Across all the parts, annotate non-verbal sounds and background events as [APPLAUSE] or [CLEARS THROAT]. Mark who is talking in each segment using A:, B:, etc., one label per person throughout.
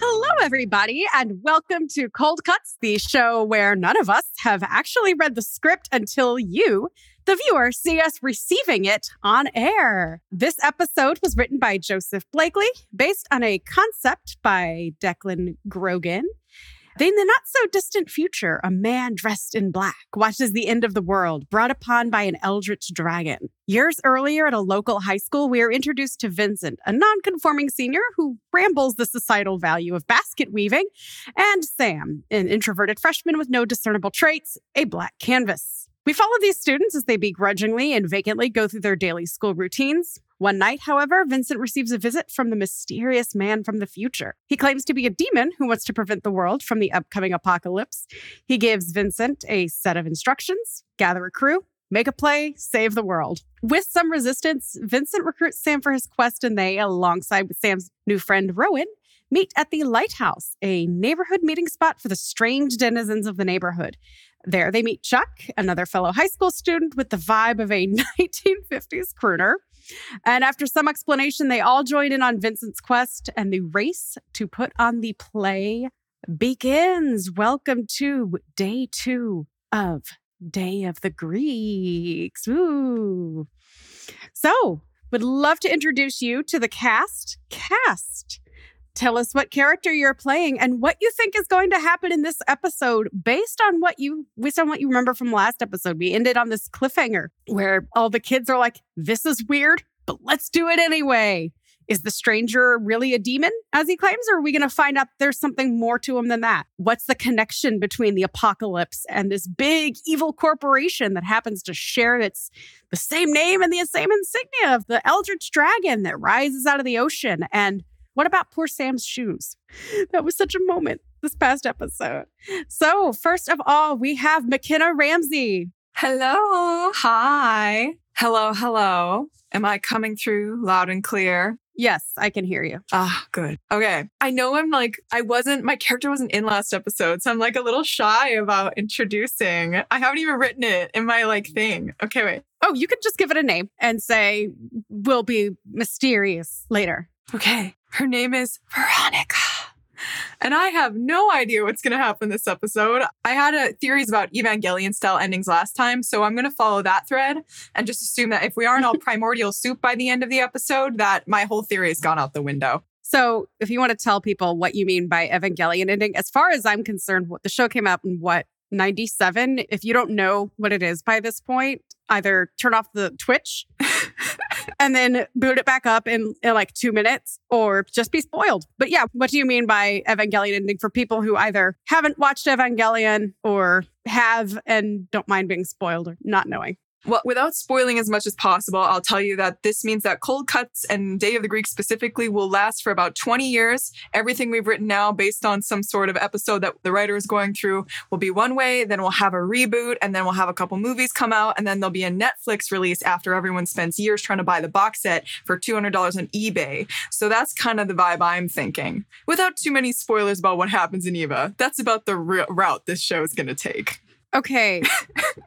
A: Hello, everybody, and welcome to Cold Cuts, the show where none of us have actually read the script until you, the viewer, see us receiving it on air. This episode was written by Joseph Blakely, based on a concept by Declan Grogan. In the not so distant future, a man dressed in black watches the end of the world brought upon by an eldritch dragon. Years earlier, at a local high school, we are introduced to Vincent, a nonconforming senior who rambles the societal value of basket weaving, and Sam, an introverted freshman with no discernible traits, a black canvas. We follow these students as they begrudgingly and vacantly go through their daily school routines, one night, however, Vincent receives a visit from the mysterious man from the future. He claims to be a demon who wants to prevent the world from the upcoming apocalypse. He gives Vincent a set of instructions gather a crew, make a play, save the world. With some resistance, Vincent recruits Sam for his quest, and they, alongside with Sam's new friend Rowan, meet at the Lighthouse, a neighborhood meeting spot for the strange denizens of the neighborhood. There they meet Chuck, another fellow high school student with the vibe of a [LAUGHS] 1950s crooner. And after some explanation, they all join in on Vincent's quest, and the race to put on the play begins. Welcome to day two of Day of the Greeks. Ooh. So, would love to introduce you to the cast. Cast. Tell us what character you're playing and what you think is going to happen in this episode based on what you based on what you remember from last episode. We ended on this cliffhanger where all the kids are like, "This is weird, but let's do it anyway." Is the stranger really a demon as he claims or are we going to find out there's something more to him than that? What's the connection between the apocalypse and this big evil corporation that happens to share its the same name and the same insignia of the eldritch dragon that rises out of the ocean and what about poor Sam's shoes? [LAUGHS] That was such a moment this past episode. So, first of all, we have McKenna Ramsey.
B: Hello. Hi. Hello. Hello. Am I coming through loud and clear?
A: Yes, I can hear you.
B: Ah, good. Okay. I know I'm like, I wasn't, my character wasn't in last episode. So I'm like a little shy about introducing. I haven't even written it in my like thing. Okay. Wait.
A: Oh, you could just give it a name and say, we'll be mysterious later.
B: Okay. Her name is Veronica. And I have no idea what's going to happen this episode. I had a theories about Evangelion style endings last time, so I'm going to follow that thread and just assume that if we aren't all primordial soup by the end of the episode, that my whole theory has gone out the window.
A: So, if you want to tell people what you mean by Evangelion ending, as far as I'm concerned, what the show came out in what 97. If you don't know what it is by this point, either turn off the Twitch [LAUGHS] and then boot it back up in, in like two minutes or just be spoiled. But yeah, what do you mean by Evangelion ending for people who either haven't watched Evangelion or have and don't mind being spoiled or not knowing?
B: Well, without spoiling as much as possible, I'll tell you that this means that Cold Cuts and Day of the Greek specifically will last for about 20 years. Everything we've written now, based on some sort of episode that the writer is going through, will be one way. Then we'll have a reboot, and then we'll have a couple movies come out, and then there'll be a Netflix release after everyone spends years trying to buy the box set for $200 on eBay. So that's kind of the vibe I'm thinking. Without too many spoilers about what happens in Eva, that's about the r- route this show is going to take.
C: [LAUGHS]
A: Okay.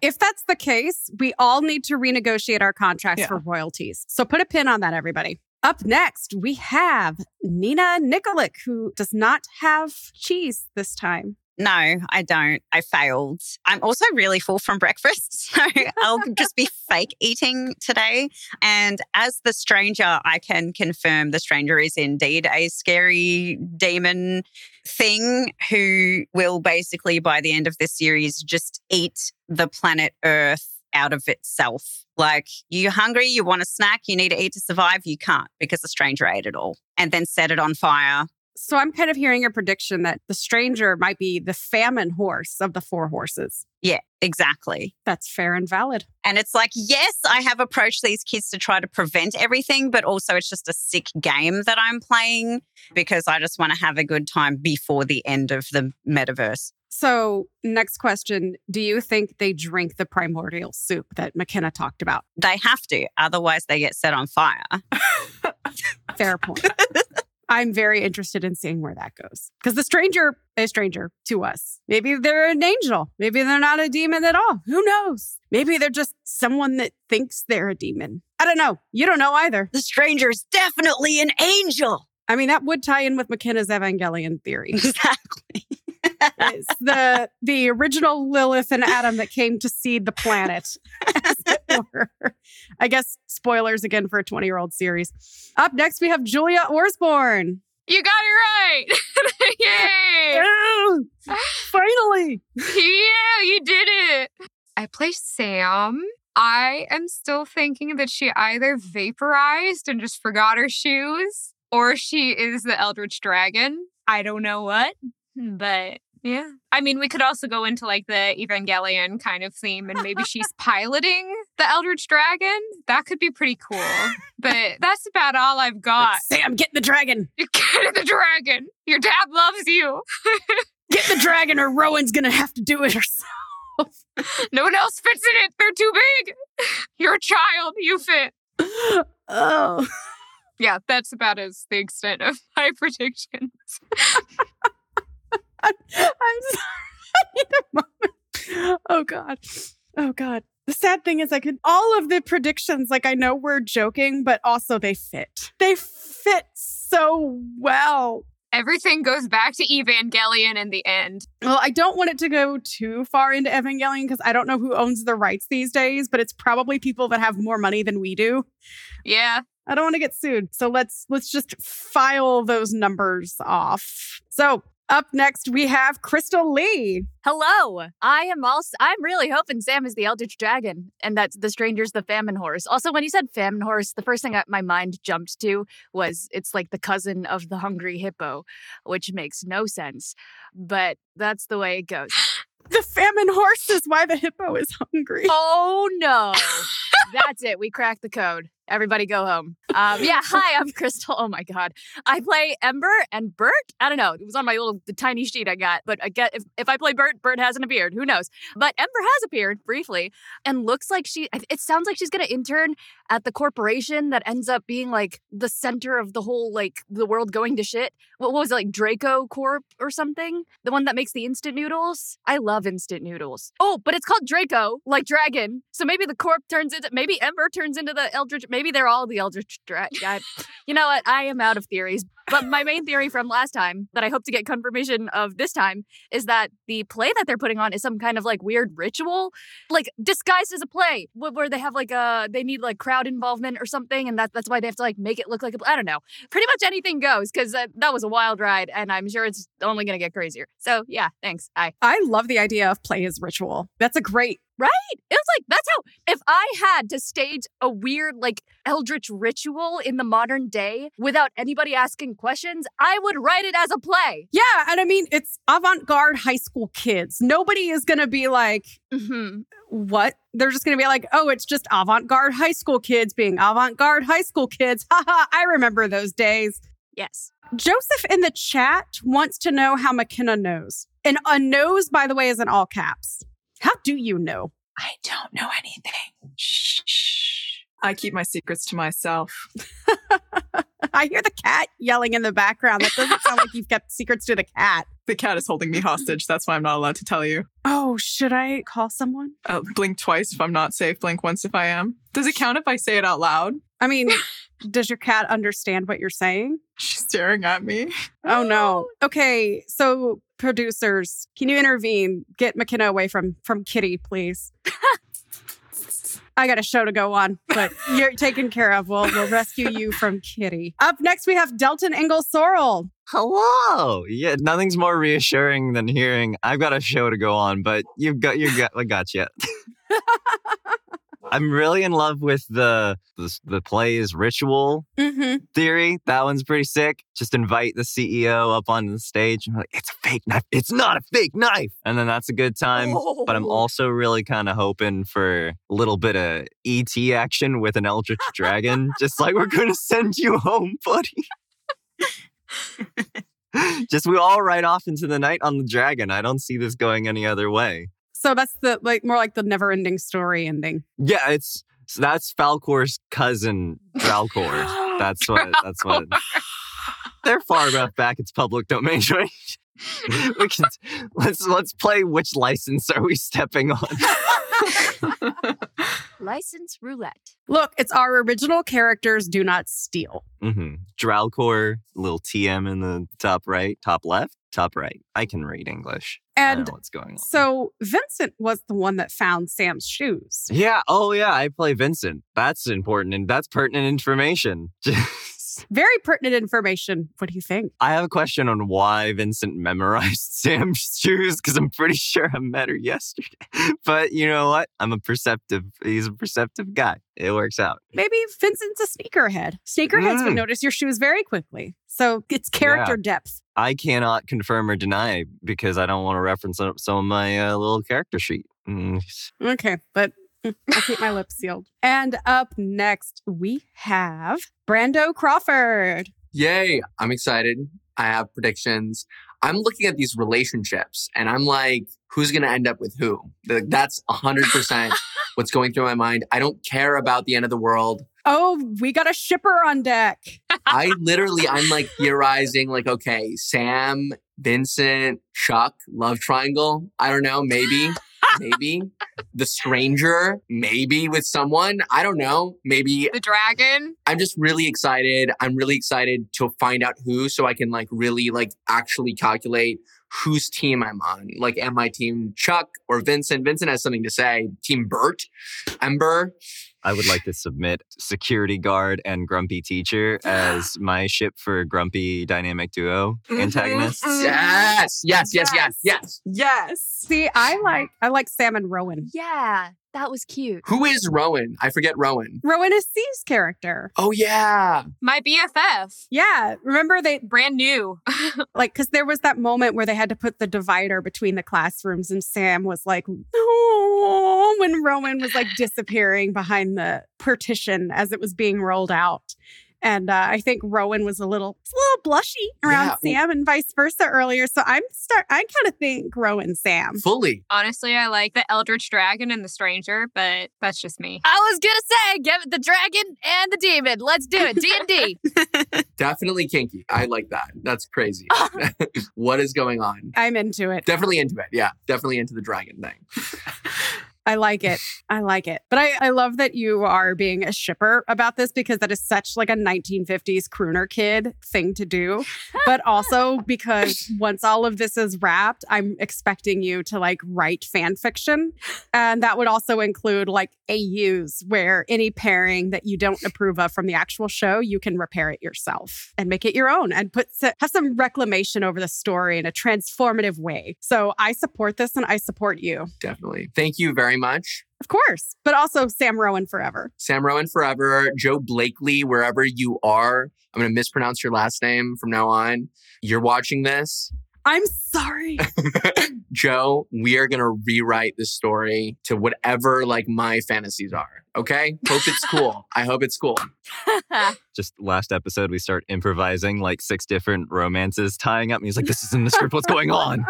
A: if that's the case, we all need to renegotiate our contracts
B: Yeah.
A: for royalties. So put a pin on that, everybody. Up next, we have Nina Nikolic, who does not have cheese this time.
C: No, I don't. I failed. I'm also really full from breakfast. [LAUGHS] So I'll just be fake eating today. And as the stranger, I can confirm the stranger is indeed a scary demon thing who will basically, by the end of this series, just eat the planet Earth out of itself. Like, you hungry, you want a snack, you need to eat to survive, you can't because the stranger ate it all and then set it on fire.
A: So I'm kind of hearing a prediction that the stranger might be the famine horse of the four horses.
C: Yeah, exactly.
A: That's fair and valid.
C: And it's like, yes, I have approached these kids to try to prevent everything, but also it's just a sick game that I'm playing because I just want to have a good time before the end of the metaverse.
A: So, next question Do you think they drink the primordial soup that McKenna talked about?
C: They have to, otherwise, they get set on fire.
A: Fair point. I'm very interested in seeing where that goes because the stranger, a stranger to us, maybe they're an angel. Maybe they're not a demon at all. Who knows? Maybe they're just someone that thinks they're a demon. I don't know. You don't know either.
C: The stranger is definitely an angel.
A: I mean, that would tie in with McKenna's Evangelion theory.
C: Exactly.
A: It's the the original Lilith and Adam that came to seed the planet. as it were. I guess spoilers again for a 20 year old series. Up next, we have Julia Orsborn.
D: You got it right. [LAUGHS] Yay.
A: Finally.
D: yeah, you did it. I play Sam. I am still thinking that she either vaporized and just forgot her shoes, or she is the Eldritch Dragon. I don't know what, hmm, but yeah. I mean, we could also go into like the Evangelion kind of theme, and
A: [LAUGHS]
D: maybe she's piloting the Eldritch Dragon. That could be pretty cool, but that's about all I've got.
A: Sam, get the
D: [LAUGHS]
A: dragon.
D: You're getting the dragon. Your dad loves you. [LAUGHS]
A: Get the dragon, or Rowan's going to have to do it herself.
D: No one else fits in it. They're too big. [LAUGHS] You're a child. You fit.
A: Oh. [LAUGHS]
D: Yeah, that's about as the
B: [LAUGHS]
D: extent of my predictions.
A: [LAUGHS] I'm, I'm sorry. I need a moment. [LAUGHS] Oh God. Oh God. The sad thing is I could all of the predictions, like I know we're joking, but also they fit. They fit so well.
D: Everything goes back to Evangelion in the end.
A: Well, I don't want it to go too far into Evangelion because I don't know who owns the rights these days, but it's probably people that have more money than we do.
D: Yeah.
A: I don't want to get sued. So let's let's just file those numbers off. So up next we have Crystal Lee.
E: Hello. I am also I'm really hoping Sam is the Eldritch Dragon and that the stranger's the famine horse. Also, when you said famine horse, the first thing that my mind jumped to was it's like the cousin of the hungry hippo, which makes no sense. But that's the way it goes.
A: The famine horse is why the hippo is hungry.
E: Oh no. That's it. We cracked the code. Everybody go home. Um, yeah. [LAUGHS] Hi, I'm Crystal. Oh my God. I play Ember and Bert. I don't know. It was on my little the tiny sheet I got, but I get if, if I play Bert, Bert hasn't appeared. Who knows? But Ember has appeared briefly and looks like she, it sounds like she's going to intern at the corporation that ends up being like the center of the whole, like the world going to shit. What, what was it, like Draco Corp or something? The one that makes the instant noodles? I love instant noodles. Oh, but it's called Draco, like dragon. So maybe the corp turns into, maybe Ember turns into the Eldritch, maybe they're all the Eldritch Dragon. you know what? I am out of theories. But my main theory from last time that I hope to get confirmation of this time is that the play that they're putting on is some kind of like weird ritual, like disguised as a play, wh- where they have like a they need like crowd involvement or something, and that, that's why they have to like make it look like a. pl- I don't know. Pretty much anything goes because uh, that was a wild ride, and I'm sure it's only gonna get crazier. So yeah, thanks. I
A: I love the idea of play as ritual. That's a great
E: it was like that's how if I had to stage a weird like eldritch ritual in the modern day without anybody asking questions, I would write it as a play.
A: Yeah, and I mean it's avant-garde high school kids. Nobody is going to be like, "Mm-hmm,
E: hmm
A: "What?" They're just going to be like, "Oh, it's just avant-garde high school kids being avant-garde high school kids." [LAUGHS] Haha, I remember those days.
E: Yes.
A: Joseph in the chat wants to know how McKenna knows. And a knows, by the way, is in all caps. How do you know?
B: I don't know anything. Shh. shh. I keep my secrets to myself.
A: [LAUGHS] I hear the cat yelling in the background. That doesn't sound like you've kept secrets to the cat.
B: [LAUGHS] The cat is holding me hostage. That's why I'm not allowed to tell you.
A: Oh, should I call someone?
B: Uh, blink twice if I'm not safe. Blink once if I am. Does it count if I say it out loud? [LAUGHS]
A: I mean, does your cat understand what you're saying?
B: She's staring at
F: [LAUGHS]
B: me.
A: Oh no. Okay, so producers, can you intervene? Get McKenna away from from Kitty,
F: [LAUGHS]
A: please. I got a show to go on, but you're taken care of. We'll we'll rescue you from Kitty. Up next, we have Delton Engel Sorrel.
F: Hello. Oh, Yeah, nothing's more reassuring than hearing I've got a show to go on, but you've got you got I got you. I'm really in love with the the, the plays ritual
A: Mm-hmm.
F: theory. That one's pretty sick. Just invite the CEO up on the stage and be like it's a fake knife. It's not a fake knife. And then that's a good time. But I'm also really kind of hoping for a little bit of ET action with an eldritch dragon. Just like we're gonna send you home, buddy. Just we all ride off into the night on the dragon. I don't see this going any other way.
A: So that's the like more like the never ending story ending.
F: Yeah, it's so that's Falcor's cousin, Falcor. that's what. That's what. They're far enough back. It's public domain, [LAUGHS] right? we can let's let's play. Which license are we stepping on?
E: License roulette.
A: Look, it's our original characters do not steal.
F: Mm-hmm. Drowcore, little TM in the top right, top left, top right. I can read English. I
A: And
F: know what's going on.
A: so Vincent was the one that found Sam's shoes.
F: yeah, oh yeah, I play Vincent. That's important and that's pertinent information. [LAUGHS] Just-
A: Very pertinent information. What do you think?
F: I have a question on why Vincent memorized [LAUGHS] Sam's shoes because I'm pretty sure I met her yesterday. [LAUGHS] But you know what? I'm a perceptive. He's a perceptive guy. It works out.
A: Maybe Vincent's a sneakerhead. Sneakerheads would
F: Mm.
A: notice your shoes very quickly. So it's character depth.
F: I cannot confirm or deny because I don't want to reference some some of my uh, little character sheet. Mm,
A: Okay, but mm, I'll keep my lips sealed. And up next, we have Brando Crawford.
G: Yay. I'm excited. I have predictions. I'm looking at these relationships and I'm like, who's going to end up with who? Like, That's 100% what's going through my mind. I don't care about the end of the world.
A: Oh, we got a shipper on deck.
G: I literally, I'm like theorizing, like, okay, Sam, Vincent, Chuck, love triangle. I don't know, maybe, maybe the stranger, maybe with someone. I don't know, maybe
D: The dragon.
G: I'm just really excited. I'm really excited to find out who so I can like really like actually calculate whose team I'm on. Like am I team Chuck or Vincent? Vincent has something to say. Team Bert, Ember.
F: I would like to submit security guard and grumpy teacher as my ship for grumpy dynamic duo
G: Mm-hmm,
B: Mhm,
F: antagonists.
B: mhm.
G: Yes, yes, yes, yes,
B: Yes.
G: yes.
B: Yes.
A: See, I like I like Sam and Rowan.
E: Yeah, that was cute.
G: Who is Rowan? I forget Rowan.
A: Rowan is C's character.
G: Oh yeah.
D: My BFF.
A: Yeah, remember they
D: Brand new. [LAUGHS]
A: like because there was that moment where they had to put the divider between the classrooms, and Sam was like, "No," when Rowan was like disappearing behind the partition as it was being rolled out. And uh, I think Rowan was a little, a little blushy around
G: Yeah.
A: Sam, and vice versa earlier. So I'm start, I kind of think Rowan Sam.
G: Fully.
D: Honestly, I like the Eldritch Dragon and the Stranger, but that's just me.
E: I was gonna say, give it the dragon and the demon. Let's do it. D and D.
G: Definitely kinky. I like that. That's crazy. [LAUGHS] what is going on?
A: I'm into it.
G: Definitely into it. Yeah. Definitely into the dragon thing.
A: I like it. I like it. But I, I love that you are being a shipper about this because that is such like a 1950s crooner kid thing to do. But also because once all of this is wrapped, I'm expecting you to like write fan fiction. And that would also include like AUs where any pairing that you don't approve of from the actual show, you can repair it yourself and make it your own and put s- have some reclamation over the story in a transformative way. So I support this and I support you.
G: Definitely. Thank you very much.
A: Of course, but also Sam Rowan forever.
G: Sam Rowan forever, Joe Blakely, wherever you are. I'm going to mispronounce your last name from now on. You're watching this.
A: I'm
H: [LAUGHS]
A: sorry.
G: Joe, we are going to rewrite the story to whatever like my fantasies are. Okay? Hope it's cool. I hope it's cool.
F: Just last episode, we start improvising like six different romances tying up. And he's like, this isn't the script. What's going on?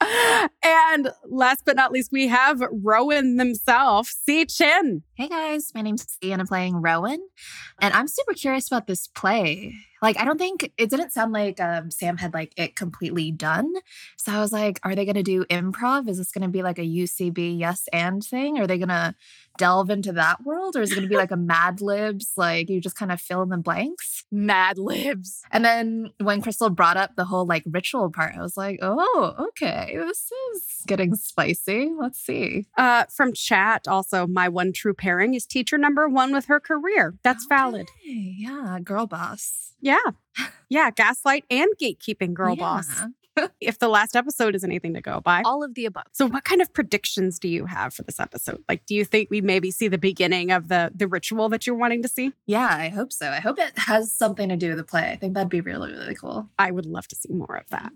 A: and last but not least, we have Rowan himself, C. Chin.
H: Hey guys, my name's C and I'm playing Rowan. And I'm super curious about this play. Like, I don't think it didn't sound like um, Sam had like it completely done. So I was like, are they going to do improv? Is this going to be like a UCB yes and thing? Are they going to delve into that world or is it going to be like a Mad Libs? Like, you just kind of fill in the blanks.
E: Mad Libs.
H: And then when Crystal brought up the whole like ritual part, I was like, oh, okay, this is getting spicy. Let's see.
A: Uh, from chat, also, my one true pairing is teacher number one with her career. That's valid.
H: Okay, Yeah, girl boss.
A: Yeah. Yeah. Gaslight and gatekeeping, girl
H: Yeah.
A: boss. [LAUGHS] If the last episode is anything to go by.
E: All of the above.
A: So, what kind of predictions do you have for this episode? Like, do you think we maybe see the beginning of the the ritual that you're wanting to see?
H: Yeah, I hope so. I hope it has something to do with the play. I think that'd be really, really cool.
A: I would love to see more of that.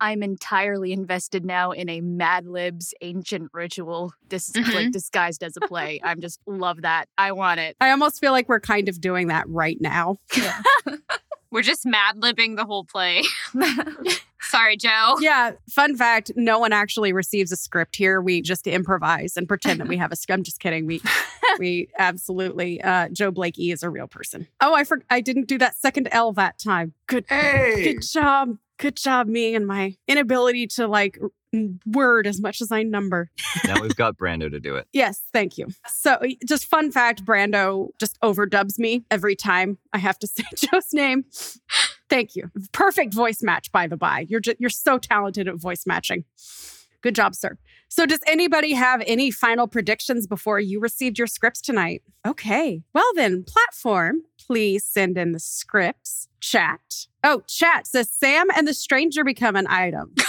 E: I'm entirely invested now in a Mad Libs ancient ritual. This is like
D: Mhm.
E: disguised as a play. I'm just love that. I want it.
A: I almost feel like we're kind of doing that right now.
H: Yeah.
D: We're just mad libbing the whole play. [LAUGHS] Sorry, Joe. [LAUGHS]
A: yeah. Fun fact: no one actually receives a script here. We just improvise and pretend that we have a script. I'm just kidding.
B: [LAUGHS]
A: We, we absolutely. Uh, Joe Blakey is a real person. Oh, I for- I didn't do that second L that time. Good.
G: Hey.
A: Good job. Good job, me and my inability to like word as much as I number.
F: now we've got Brando to do it.
A: Yes, thank you. So, just fun fact Brando just overdubs me every time I have to [LAUGHS] say Joe's name. Thank you. Perfect voice match, by the by. You're, just, you're so talented at voice matching. Good job, sir. So, does anybody have any final predictions before you received your scripts tonight? Okay. Well, then, platform, please send in the scripts. Chat. Oh, chat says Sam and the stranger become an item. [LAUGHS]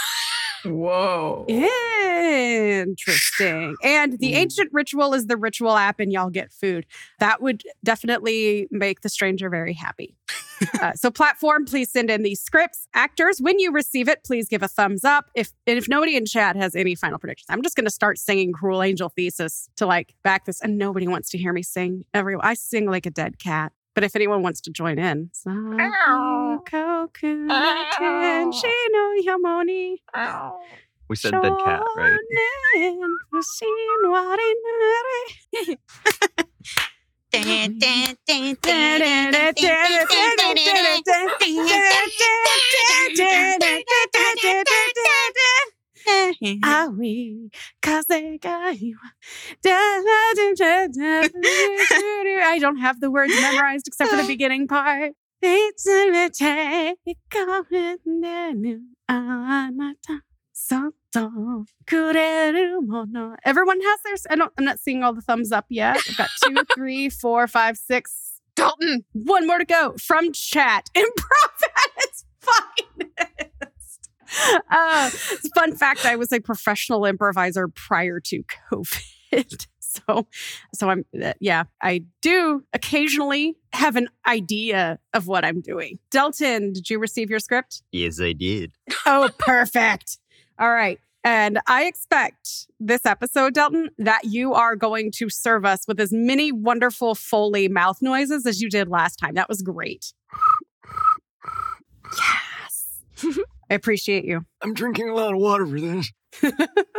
B: Whoa.
A: Interesting. And the ancient ritual is the ritual app, and y'all get food. That would definitely make the stranger very happy. Uh, so, platform, please send in these scripts. Actors, when you receive it, please give a thumbs up. If and if nobody in chat has any final predictions, I'm just going to start singing "Cruel Angel" thesis to like back this, and nobody wants to hear me sing. Every I sing like a dead cat. But if anyone wants to join in,
F: We said dead cat, right?
C: Dun, dun, dun, dun, dun, dun, dun, dun, dun, dun, dun, dun.
A: Ah, we, Kasegaiwa. I don't have the words memorized except for the beginning part. It's gonna take a minute, ah, not time. Soto, kurerumono. Everyone has their. I don't. I'm not seeing all the thumbs up yet. I've got two, three, four, five, six.
D: Dalton.
A: One more to go from chat. [LAUGHS] Improv at its finest. [LAUGHS] Uh, fun fact: I was a professional improviser prior to COVID. [LAUGHS] So, so I'm uh, yeah. I do occasionally have an idea of what I'm doing. Delton, did you receive your script?
F: Yes, I did.
A: Oh, perfect. All right. And I expect this episode, Delton, that you are going to serve us with as many wonderful Foley mouth noises as you did last time. That was great. Yes. [LAUGHS] I appreciate you.
F: I'm drinking a lot of water for this.
A: [LAUGHS]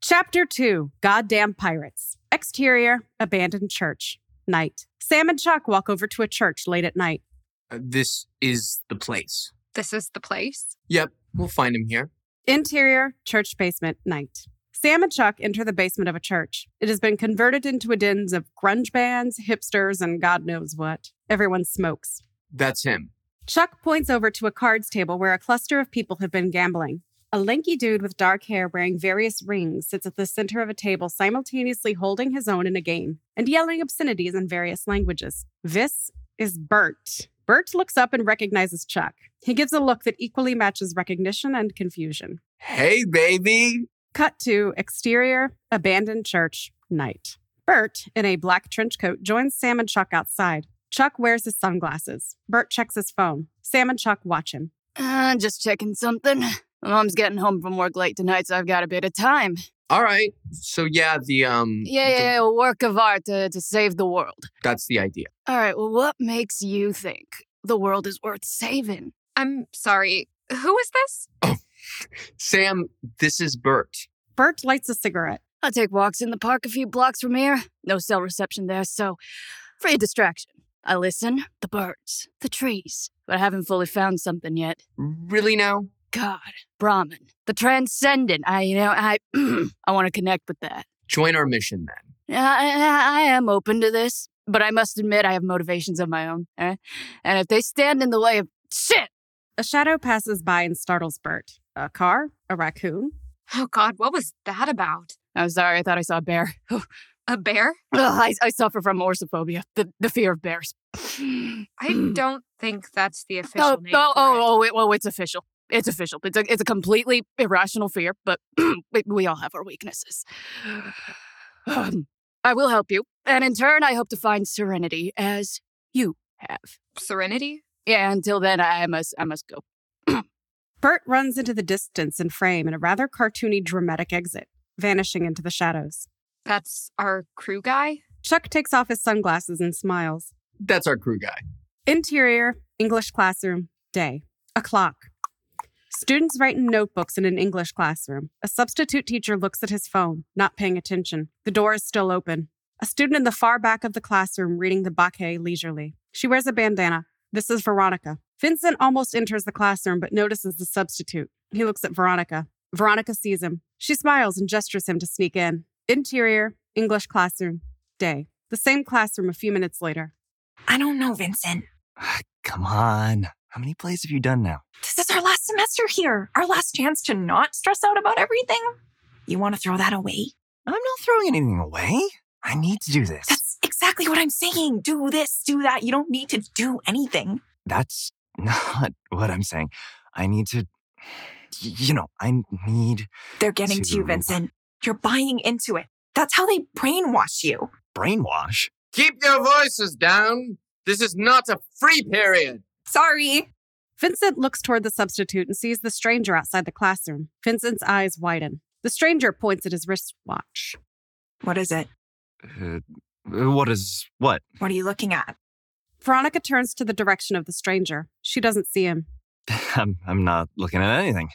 A: Chapter two Goddamn Pirates. Exterior, abandoned church. Night. Sam and Chuck walk over to a church late at night.
G: Uh, This is the place.
D: This is the place.
G: Yep, we'll find him here.
A: Interior, church basement, night. Sam and Chuck enter the basement of a church. It has been converted into a dens of grunge bands, hipsters, and God knows what. Everyone smokes.
G: That's him.
A: Chuck points over to a cards table where a cluster of people have been gambling. A lanky dude with dark hair wearing various rings sits at the center of a table, simultaneously holding his own in a game and yelling obscenities in various languages. This is Bert. Bert looks up and recognizes Chuck. He gives a look that equally matches recognition and confusion.
G: Hey, baby.
A: Cut to exterior, abandoned church, night. Bert, in a black trench coat, joins Sam and Chuck outside. Chuck wears his sunglasses. Bert checks his phone. Sam and Chuck watch him.
E: Uh, just checking something. My mom's getting home from work late tonight, so I've got a bit of time.
G: All right. So yeah, the um
E: Yeah, yeah,
G: the-
E: yeah, a work of art to, to save the world.
G: that's the idea.
E: All right, well, what makes you think the world is worth saving?
D: I'm sorry. Who is this?
G: Sam, this is Bert.
A: Bert lights a cigarette.
E: I take walks in the park a few blocks from here. No cell reception there, so free of distraction. I listen, the birds, the trees, but I haven't fully found something yet.
G: Really now?
E: God, Brahman, the transcendent. I, you know, I, [CLEARS THROAT] I want to connect with that.
G: Join our mission then.
E: I, I, I am open to this, but I must admit I have motivations of my own. eh? And if they stand in the way of shit,
A: A shadow passes by and startles Bert. A car? A raccoon?
D: Oh God, what was that about?
E: I'm sorry. I thought I saw a bear. [LAUGHS] Ugh,
D: A bear?
E: I, I suffer from orsophobia, the, the fear of bears.
D: I don't think that's the official
E: Oh,
D: name. [LAUGHS]
E: oh,
D: for it.
E: oh, oh, it, oh, it's official. It's official. It's a, it's a completely irrational fear, but [CLEARS THROAT] we- we all have our weaknesses. Um, I will help you. And in turn, I hope to find serenity as you have.
D: Serenity?
E: Yeah, until then, I must, I must go.
A: Bert runs into the distance and frame in a rather cartoony, dramatic exit, vanishing into the shadows.
D: That's our crew guy?
A: Chuck takes off his sunglasses and smiles.
G: That's our crew guy.
A: Interior, English classroom, day, a clock. Students write in notebooks in an English classroom. A substitute teacher looks at his phone, not paying attention. The door is still open. A student in the far back of the classroom reading the bake leisurely. She wears a bandana. This is Veronica. Vincent almost enters the classroom but notices the substitute. He looks at Veronica. Veronica sees him. She smiles and gestures him to sneak in. Interior, English classroom, day. The same classroom a few minutes later.
I: I don't know, Vincent.
F: Come on. How many plays have you done now?
I: This is our last semester here, our last chance to not stress out about everything. You want to throw that away?
F: I'm not throwing anything away. I need to do this.
I: That's exactly what I'm saying. Do this, do that. You don't need to do anything.
F: That's not what I'm saying. I need to, you know, I need
I: They're getting to you,
F: To-
I: Vincent. You're buying into it. That's how they brainwash you.
F: brainwash.
G: Keep your voices down. This is not a free period.
I: Sorry.
A: Vincent looks toward the substitute and sees the stranger outside the classroom. Vincent's eyes widen. The stranger points at his wristwatch.
I: What is it?
F: Uh, what is what?
I: What are you looking at?
A: Veronica turns to the direction of the stranger. She doesn't see him.
F: I'm, I'm not looking at anything.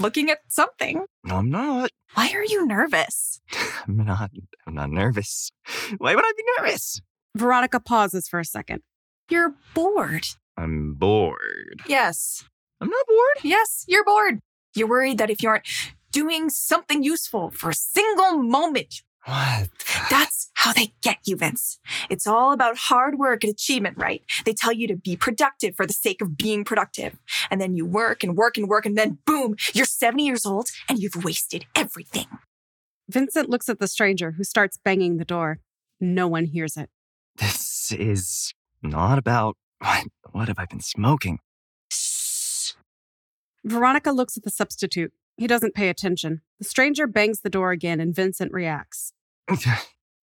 I: Looking at something.
F: No, I'm not.
I: Why are you nervous?
F: I'm not. I'm not nervous. Why would I be nervous?
A: Veronica pauses for a second.
I: You're bored.
F: I'm bored.
I: Yes.
F: I'm not bored.
I: Yes, you're bored. You're worried that if you aren't doing something useful for a single moment,
F: What?
I: That's how they get you, Vince. It's all about hard work and achievement, right? They tell you to be productive for the sake of being productive. And then you work and work and work, and then boom, you're 70 years old and you've wasted everything.
A: Vincent looks at the stranger who starts banging the door. No one hears it.
F: This is not about what. What have I been smoking?
A: Veronica looks at the substitute. He doesn't pay attention. The stranger bangs the door again and Vincent reacts.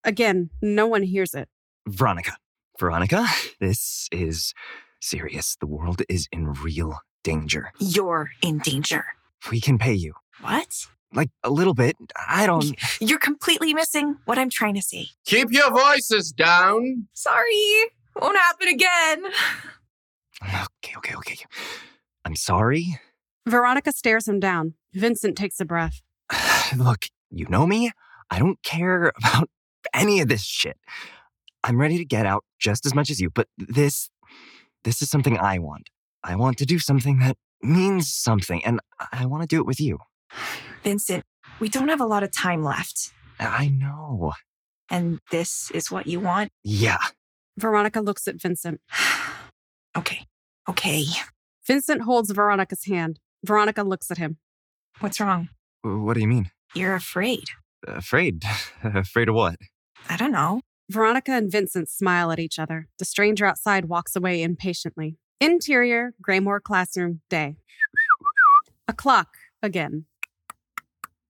A: Again, no one hears it.
F: Veronica. Veronica, this is serious. The world is in real danger.
I: You're in danger.
F: We can pay you.
I: What?
F: Like a little bit. I don't.
I: You're completely missing what I'm trying to say.
G: Keep your voices down.
I: Sorry, won't happen again.
F: Okay, okay, okay. I'm sorry.
A: Veronica stares him down. Vincent takes a breath.
F: Look, you know me. I don't care [LAUGHS] about any of this shit. I'm ready to get out just as much as you, but this this is something I want. I want to do something that means something and I want to do it with you.
I: Vincent, we don't have a lot of time left.
F: I know.
I: And this is what you want?
F: Yeah.
A: Veronica looks at Vincent.
I: [SIGHS] okay, okay.
A: Vincent holds Veronica's hand. Veronica looks at him.
I: What's wrong?
F: W- What do you mean?
I: You're afraid.
F: Afraid. [LAUGHS] Afraid of what?
I: I don't know.
A: Veronica and Vincent smile at each other. The stranger outside walks away impatiently. Interior, Graymore classroom, day. A clock again.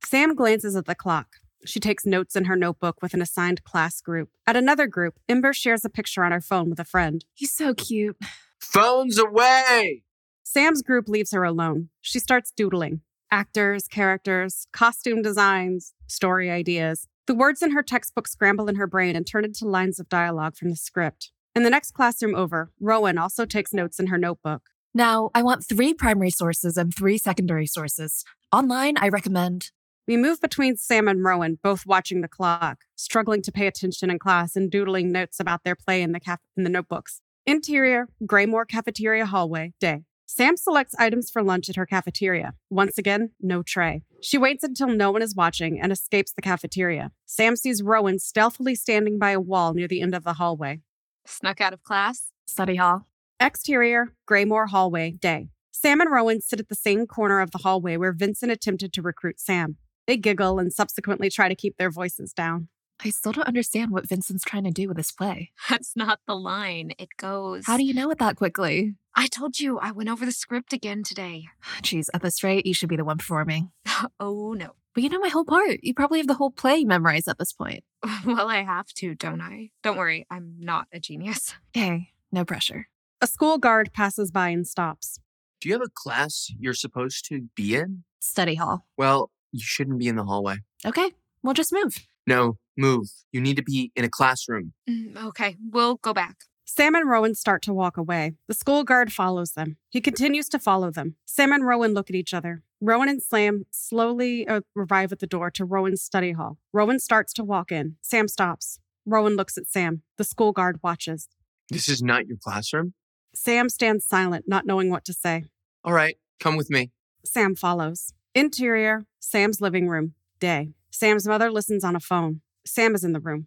A: Sam glances at the clock. She takes notes in her notebook with an assigned class group. At another group, Ember shares a picture on her phone with a friend.
H: He's so cute.
G: Phones away.
A: Sam's group leaves her alone. She starts doodling actors, characters, costume designs, story ideas. The words in her textbook scramble in her brain and turn into lines of dialogue from the script. In the next classroom over, Rowan also takes notes in her notebook.
H: [SIGHS] Now, I want three primary sources and three secondary sources. Online, I recommend. [SIGHS]
A: We move between Sam and Rowan, both watching the clock, struggling to pay attention in class and doodling notes about their play in the caf- in the notebooks. Interior, Graymore Cafeteria hallway, day. Sam selects items for lunch at her cafeteria. Once again, no tray. She waits until no one is watching and escapes the cafeteria. Sam sees Rowan stealthily standing by a wall near the end of the hallway.
D: Snuck out of class.
H: Study hall.
A: Exterior, Graymore Hallway, day. Sam and Rowan sit at the same corner of the hallway where Vincent attempted to recruit Sam. They giggle and subsequently try to keep their voices down.
H: I still don't understand what Vincent's trying to do with this play.
D: That's not the line. It goes.
H: How do you know it that quickly? [SIGHS]
D: I told you I went over the script again today. [LAUGHS]
H: Jeez, at this rate, you should be the one performing.
D: Oh no.
H: But you know my whole part. You probably have the whole play memorized at this point.
D: [LAUGHS] Well, I have to, don't I? Don't worry, I'm not a genius. [LAUGHS]
H: Hey, no pressure.
A: A school guard passes by and stops.
G: Do you have a class you're supposed to be in?
H: Study hall.
G: Well, you shouldn't be in the hallway.
A: Oh.
H: Okay, we'll just move.
G: No, move. You need to be in a classroom.
D: Mm, okay, we'll go back.
A: Sam and Rowan start to walk away. The school guard follows them. He continues to follow them. Sam and Rowan look at each other. Rowan and Sam slowly uh, arrive at the door to Rowan's study hall. Rowan starts to walk in. Sam stops. Rowan looks at Sam. The school guard watches.
G: This is not your classroom.
A: Sam stands silent, not knowing what to say.
G: All right, come with me.
A: Sam follows. Interior, Sam's living room. Day. Sam's mother listens on a phone. Sam is in the room.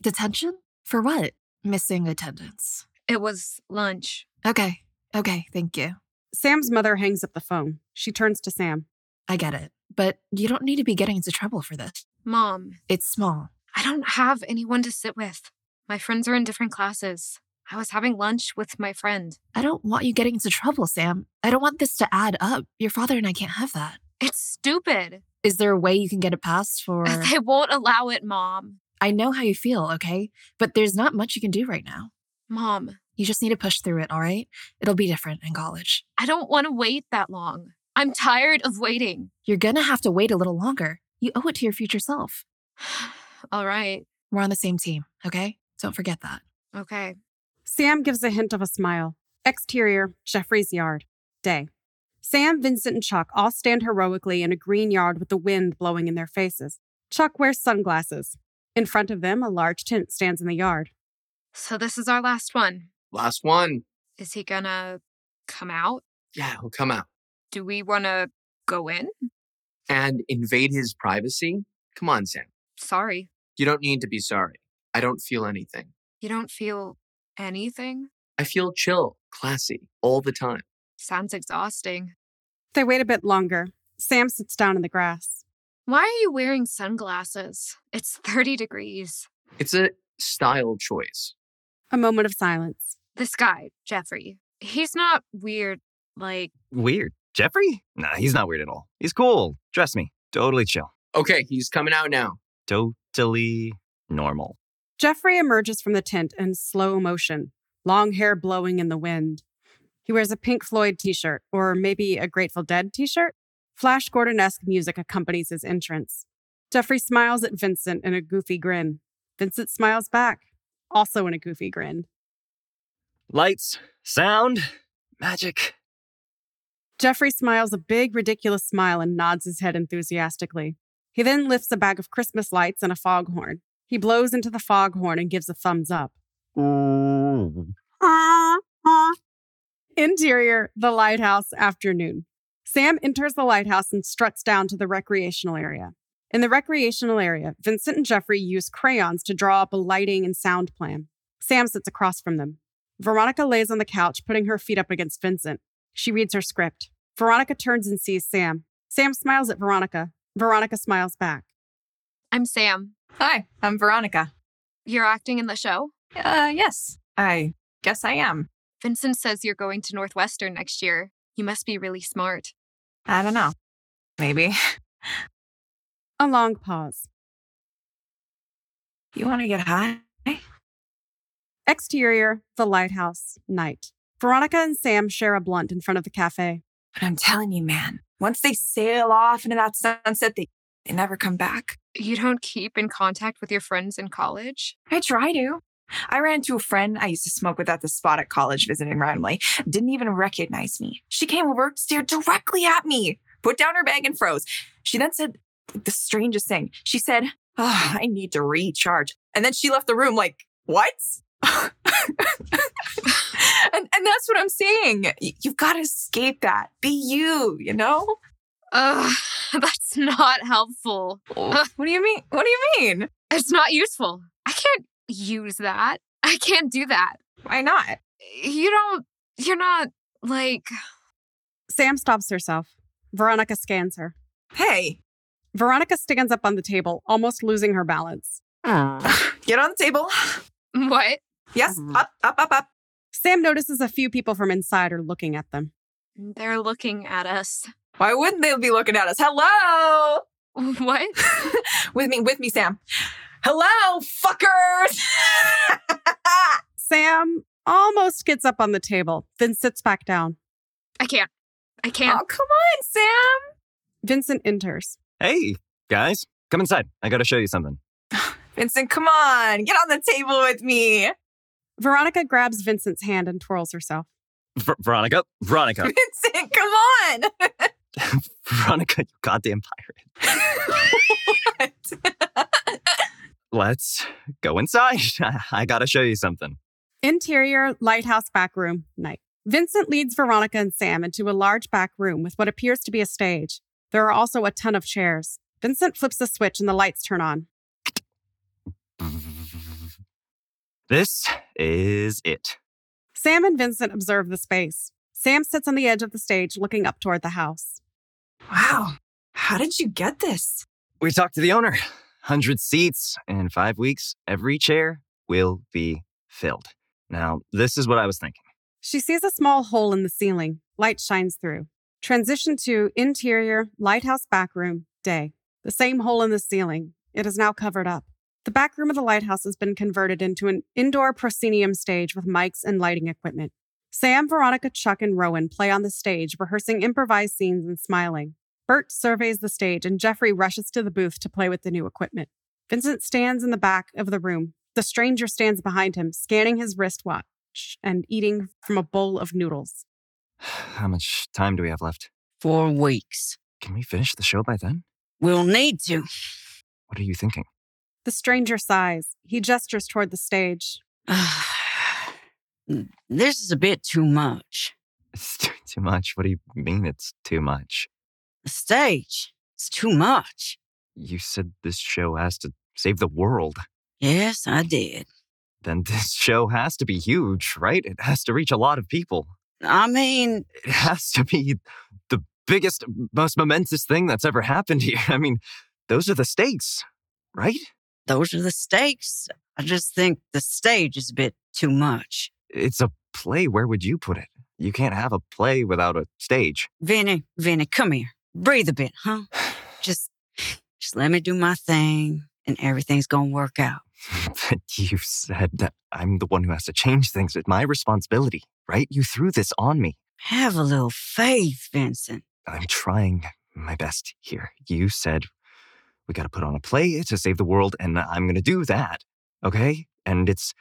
H: Detention? For what? Missing attendance.
D: It was lunch.
H: Okay. Okay. Thank you.
A: Sam's mother hangs up the phone. She turns to Sam.
H: I get it. But you don't need to be getting into trouble for this.
D: Mom,
H: It's small.
D: I don't have anyone to sit with. My friends are in different classes. I was having lunch with my friend.
H: I don't want you getting into trouble, Sam. I don't want this to add up. Your father and I can't have that.
D: It's stupid. [LAUGHS]
H: Is there a way you can get it passed for?
D: They won't allow it, Mom.
H: I know how you feel, okay? But there's not much you can do right now.
D: Mom,
H: You just need to push through it, all right? It'll be different in college.
D: I don't want to wait that long. I'm tired of waiting.
H: You're gonna have to wait a little longer. You owe it to your future self.
D: All right.
H: We're on the same team, okay? Don't forget that.
D: Okay.
A: Sam gives a hint of a smile. Exterior, Jeffrey's yard. Day. Sam, Vincent, and Chuck all stand heroically in a green yard with the wind blowing in their faces. Chuck wears sunglasses. In front of them, a large tent stands in the yard.
D: So this is our last one.
G: Last one.
D: Is he gonna come out?
G: Yeah, he'll come out
D: Do we wanna go in?
G: and invade his privacy. Come on, Sam.
D: Sorry.
G: You don't need to be sorry. I don't feel anything.
D: You don't feel anything?
G: I feel chill, classy, all the time.
D: Sounds exhausting.
A: They wait a bit longer. Sam sits down in the grass.
D: Why are you wearing sunglasses? It's 30 degrees.
G: It's a style choice.
A: A moment of silence.
D: This guy, Jeffrey, he's not weird like
F: Weird. Jeffrey? Nah, he's not weird at all. He's cool. Trust me. Totally chill.
G: Okay, he's coming out now.
F: Totally normal.
A: Jeffrey emerges from the tent in slow motion, long hair blowing in the wind. He wears a Pink Floyd t shirt, or maybe a Grateful Dead t shirt. Flash Gordon esque music accompanies his entrance. Jeffrey smiles at Vincent in a goofy grin. Vincent smiles back, also in a goofy grin.
F: Lights, sound, magic.
A: Jeffrey smiles a big, ridiculous smile and nods his head enthusiastically. He then lifts a bag of Christmas lights and a foghorn. He blows into the foghorn and gives a thumbs up.
F: Ooh.
A: Interior, the lighthouse, afternoon. Sam enters the lighthouse and struts down to the recreational area. In the recreational area, Vincent and Jeffrey use crayons to draw up a lighting and sound plan. Sam sits across from them. Veronica lays on the couch, putting her feet up against Vincent. She reads her script. Veronica turns and sees Sam. Sam smiles at Veronica. Veronica smiles back.
D: I'm Sam.
B: Hi, I'm Veronica.
D: You're acting in the show?
I: Uh, yes, I guess I am.
D: Vincent says you're going to Northwestern next year. You must be really smart.
I: I don't know. Maybe. [LAUGHS]
A: A long pause.
I: You want to get high?
A: Exterior, the lighthouse, night. Veronica and Sam share a blunt in front of the cafe.
I: But I'm telling you, man, once they sail off into that sunset, they, they never come back.
D: You don't keep in contact with your friends in college?
I: I try to. I ran into a friend I used to smoke with at the spot at college visiting randomly. Didn't even recognize me. She came over, stared directly at me, put down her bag and froze. She then said like, the strangest thing. She said, oh, I need to recharge. And then she left the room like, what? [LAUGHS] and, and that's what I'm saying. Y- You've got to escape that. Be you, you know?
D: Ugh, that's [LAUGHS] not helpful.
I: Oh.
B: What do you mean? What do you mean?
D: It's not useful. I can't use that. [LAUGHS] I can't do that.
B: Why not?
D: You don't, you're not like,
A: Sam stops herself. Veronica scans her.
B: Hey,
A: Veronica stands up on the table, almost losing her balance.
B: get on the table.
D: what?
B: Yes, up, up, up, up.
A: Mm-hmm. Sam notices a few people from inside are looking at them.
D: They're looking at us.
B: Why wouldn't they be looking at us?
E: [LAUGHS]
B: Hello, [LAUGHS]
D: What?
B: with me, with me, Sam.
I: [LAUGHS]
B: Hello, fuckers.
A: Sam almost gets up on the table, then sits back down.
D: I can't. I can't.
B: oh, come on, Sam.
A: Vincent enters.
F: Hey, guys, come inside. I gotta show you something.
B: Vincent, come on, get on the table with me.
A: Veronica grabs Vincent's hand and twirls herself.
F: Ver- Veronica,
B: [LAUGHS]
F: Veronica, [LAUGHS]
B: Vincent, come on.
F: Veronica, you goddamn pirate.
I: [LAUGHS]
F: Let's [LAUGHS] go inside. I gotta show you something.
A: Interior, lighthouse back room, night. Vincent leads Veronica and Sam into a large back room with what appears to be a stage. There are also a ton of chairs. Vincent flips a switch and the lights turn on.
F: This is it.
A: Sam and Vincent observe the space. Sam sits on the edge of the stage looking up toward the house.
I: Wow. How did you get this?
F: We talked to the owner. 100 seats in five weeks. Every chair will be filled. Now, this is what I was thinking.
A: She sees a small hole in the ceiling. Light shines through. Transition to interior, lighthouse back room, day. The same hole in the ceiling. It is now covered up. The back room of the lighthouse has been converted into an indoor proscenium stage with mics and lighting equipment. Sam, Veronica, Chuck, and Rowan play on the stage, rehearsing improvised scenes and smiling. Bert surveys the stage, and Jeffrey rushes to the booth to play with the new equipment. Vincent stands in the back of the room. The stranger stands behind him, scanning his wristwatch and eating from a bowl of noodles.
F: How much time do we have left?
C: Four weeks.
F: Can we finish the show by then?
C: We'll need to.
F: What are you thinking?
A: The stranger sighs. He gestures toward the stage.
C: this is a bit too much.
F: It's too too much. What do you mean it's too much?
C: The stage. It's too much.
F: You said this show has to save the world.
C: Yes, I did.
F: Then [LAUGHS] this show has to be huge, right? It has to reach a lot of people.
C: I mean,
F: It has to be the biggest, most momentous thing that's ever happened [LAUGHS] here. I mean, those are the stakes, right?
C: those are the stakes. I just think the stage is a bit too much.
F: It's a play. Where would you put it? You can't have a play without a stage. [LAUGHS]
C: Vinny, Vinny, come here. Breathe a bit,
F: [SIGHS]
C: huh? Just, just let me do my thing, and everything's gonna work out.
F: But you said that I'm the one who has to change things. It's my responsibility, right? You threw this on me.
C: Have a little faith, Vincent.
F: I'm trying my best here. You said we got to put on a play to save the world, and I'm going to do that. Okay? And it's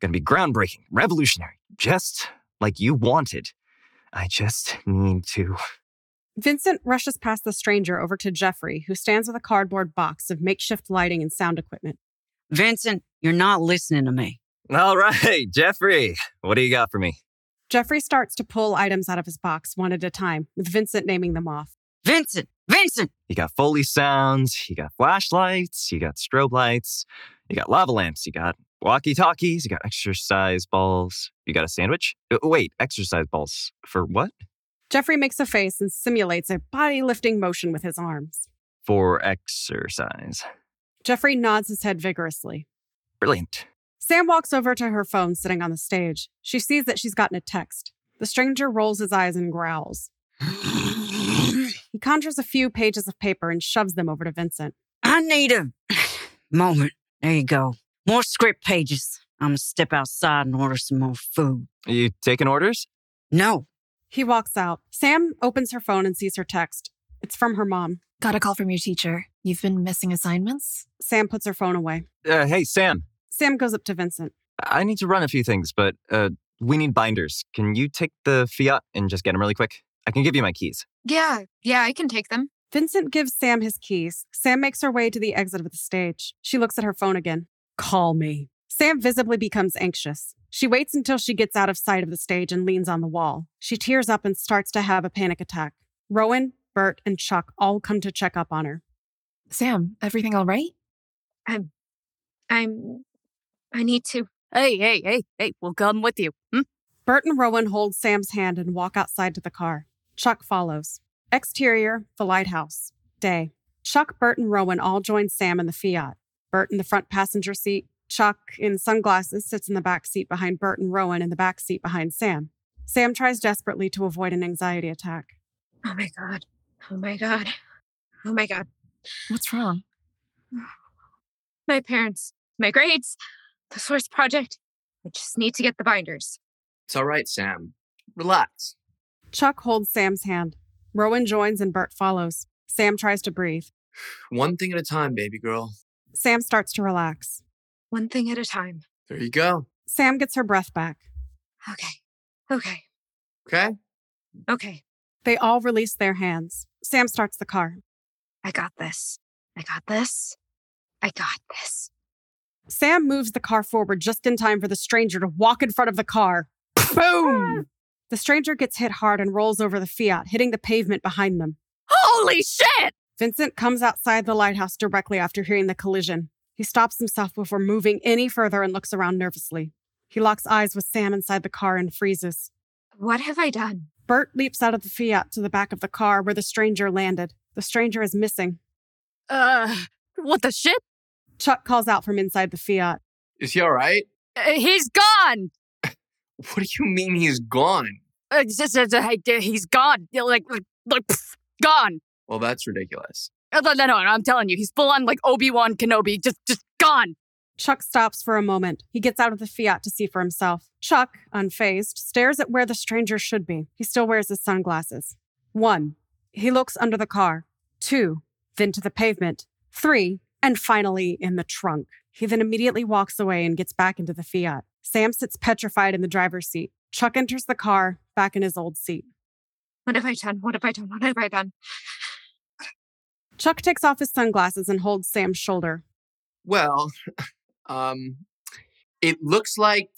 F: going to be groundbreaking, revolutionary, just like you wanted. I just need to.
A: Vincent rushes past the stranger over to Jeffrey, who stands with a cardboard box of makeshift lighting and sound equipment.
C: Vincent, you're not listening to me.
F: All right, [LAUGHS] Jeffrey, what do you got for me?
A: Jeffrey starts to pull items out of his box one at a time, with Vincent naming them off.
C: Vincent, Vincent,
F: You got Foley sounds, you got flashlights, you got strobe lights, you got lava lamps, you got walkie talkies, you got exercise balls, you got a sandwich. Uh, Wait, exercise balls for what?
A: Jeffrey makes a face and simulates a body lifting motion with his arms.
F: For exercise.
A: Jeffrey nods his head vigorously.
F: Brilliant.
A: Sam walks over to her phone sitting on the stage. She sees that she's gotten a text. The stranger rolls his eyes and growls. He conjures a few pages of paper and shoves them over to Vincent.
C: I need a moment. There you go. More script pages. I'm gonna step outside and order some more food.
F: You taking orders?
C: No,
A: He walks out. Sam opens her phone and sees her text. It's from her mom.
H: Got a call from your teacher. You've been missing assignments.
A: Sam puts her phone away.
F: Uh, hey, Sam,
A: Sam goes up to Vincent.
F: I need to run a few things, but uh, we need binders. Can you take the Fiat and just get them really quick? I can give you my keys.
D: Yeah, yeah, I can take them.
A: Vincent gives Sam his keys. Sam makes her way to the exit of the stage. She looks at her phone again. Call me. Sam visibly becomes anxious. She waits until she gets out of sight of the stage and leans on the wall. She tears up and starts to have a panic attack. Rowan, Bert, and Chuck all come to check up on her.
H: Sam, everything all right?
D: I'm, I'm, I need to.
E: Hey, hey, hey, hey, we'll come with you. Hmm?
A: Bert and Rowan hold Sam's hand and walk outside to the car. Chuck follows. Exterior, the lighthouse. Day. Chuck, Bert, and Rowan all join Sam in the Fiat. Bert in the front passenger seat. Chuck, in sunglasses, sits in the back seat behind Bert and Rowan in the back seat behind Sam. Sam tries desperately to avoid an anxiety attack.
D: Oh my god. Oh my god. Oh my god.
H: What's wrong?
D: My parents, my grades, the source project. I just need to get the binders.
G: It's all right, Sam. Relax.
A: Chuck holds Sam's hand. Rowan joins and Bert follows. Sam tries to breathe.
G: One thing at a time, baby girl.
A: Sam starts to relax.
D: One thing at a time.
G: There you go.
A: Sam gets her breath back.
D: Okay. Okay.
G: Okay?
D: Okay.
A: They all release their hands. Sam starts the car.
D: I got this. I got this. I got
E: Ah!
D: this.
A: Sam moves the car forward just in time for the stranger to walk in front of the car. Boom! The stranger gets hit hard and rolls over the Fiat, hitting the pavement behind them.
E: Holy shit!
A: Vincent comes outside the lighthouse directly after hearing the collision. He stops himself before moving any further and looks around nervously. He locks eyes with Sam inside the car and freezes.
D: What have I done?
A: Bert leaps out of the Fiat to the back of the car where the stranger landed. The stranger is missing.
E: Uh, what the shit?
A: Chuck calls out from inside the Fiat.
G: Is he all right? [LAUGHS]
E: Uh, he's gone.
G: What do you mean he's gone?
E: Uh, it's just, it's, uh, he's gone. Yeah, Like, like, like pff, gone.
G: Well, that's ridiculous.
E: Uh, No, no, no, I'm telling you, he's full on like Obi Wan Kenobi. Just, just gone.
A: Chuck stops for a moment. He gets out of the Fiat to see for himself. Chuck, unfazed, stares at where the stranger should be. He still wears his sunglasses. One, he looks under the car. Two, then to the pavement. Three, and finally in the trunk. He then immediately walks away and gets back into the Fiat. Sam sits petrified in the driver's seat. Chuck enters the car, back in his old seat.
D: What have I done? What have I done? What have I done?
A: Chuck takes off his sunglasses and holds Sam's shoulder.
G: Well, [LAUGHS] um, it looks like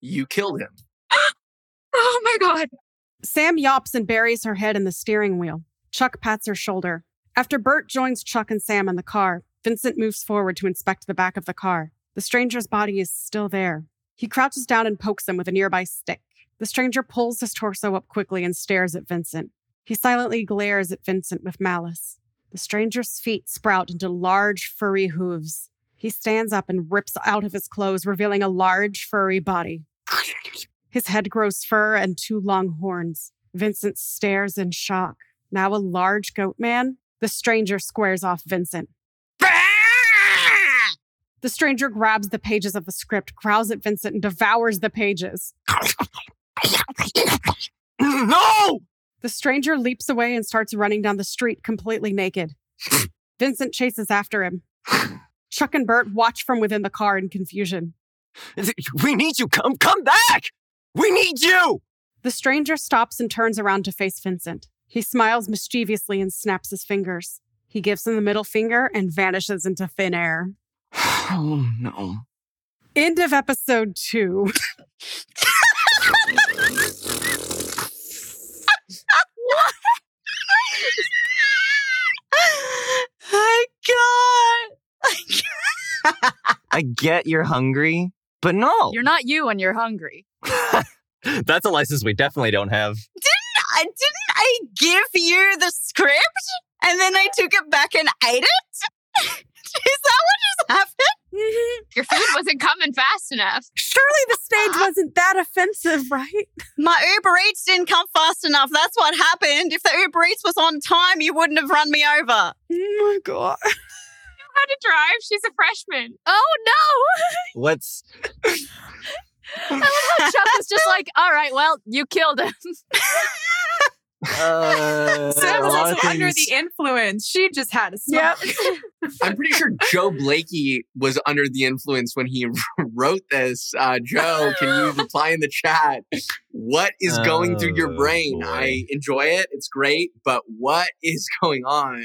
G: you killed him.
D: Oh my god.
A: Sam yawps and buries her head in the steering wheel. Chuck pats her shoulder. After Bert joins Chuck and Sam in the car, Vincent moves forward to inspect the back of the car. The stranger's body is still there. He crouches down and pokes him with a nearby stick. The stranger pulls his torso up quickly and stares at Vincent. He silently glares at Vincent with malice. The stranger's feet sprout into large, furry hooves. He stands up and rips out of his clothes, revealing a large, furry body. His head grows fur and two long horns. Vincent stares in shock. Now a large goat man, the stranger squares off Vincent. The stranger grabs the pages of the script, growls at Vincent, and devours the pages.
F: No!
A: The stranger leaps away and starts running down the street completely naked. Vincent chases after him. Chuck and Bert watch from within the car in confusion.
F: [LAUGHS] We need you. Come, come back. We need you.
A: The stranger stops and turns around to face Vincent. He smiles mischievously and snaps his fingers. He gives him the middle finger and vanishes into thin air.
F: Oh
G: [LAUGHS]
F: no.
A: End of episode
C: [LAUGHS]
A: two.
C: My God.
F: I get you're hungry, but no.
E: You're not you when you're hungry.
F: [LAUGHS] That's a license we definitely don't have.
C: I [LAUGHS] didn't I give you the script and then I took it back and ate it? [LAUGHS] Is that what just happened?
D: Mm-hmm. Your food wasn't coming fast enough.
A: Surely the
C: [GASPS]
A: stage wasn't that offensive, right?
C: My Uber Eats didn't come fast enough. That's what happened. If the Uber Eats was on time, you wouldn't have run me over.
A: Oh my God.
D: You had to drive. She's a freshman.
E: Oh no!
F: What's
E: I love [LAUGHS] how Chuck was just like, all right, well, you killed him.
F: uh,
B: Sam's
F: a lot
B: also
F: of
B: under
F: things-
B: the influence. She just had a smoke. [LAUGHS]
G: I'm pretty sure [LAUGHS] Joe Blakey was under the influence when he [LAUGHS] wrote this. Uh, Joe, can [LAUGHS] you reply in the chat? What is going through your
F: Oh,
G: brain?
F: boy.
G: I enjoy it. It's great, but what is going on?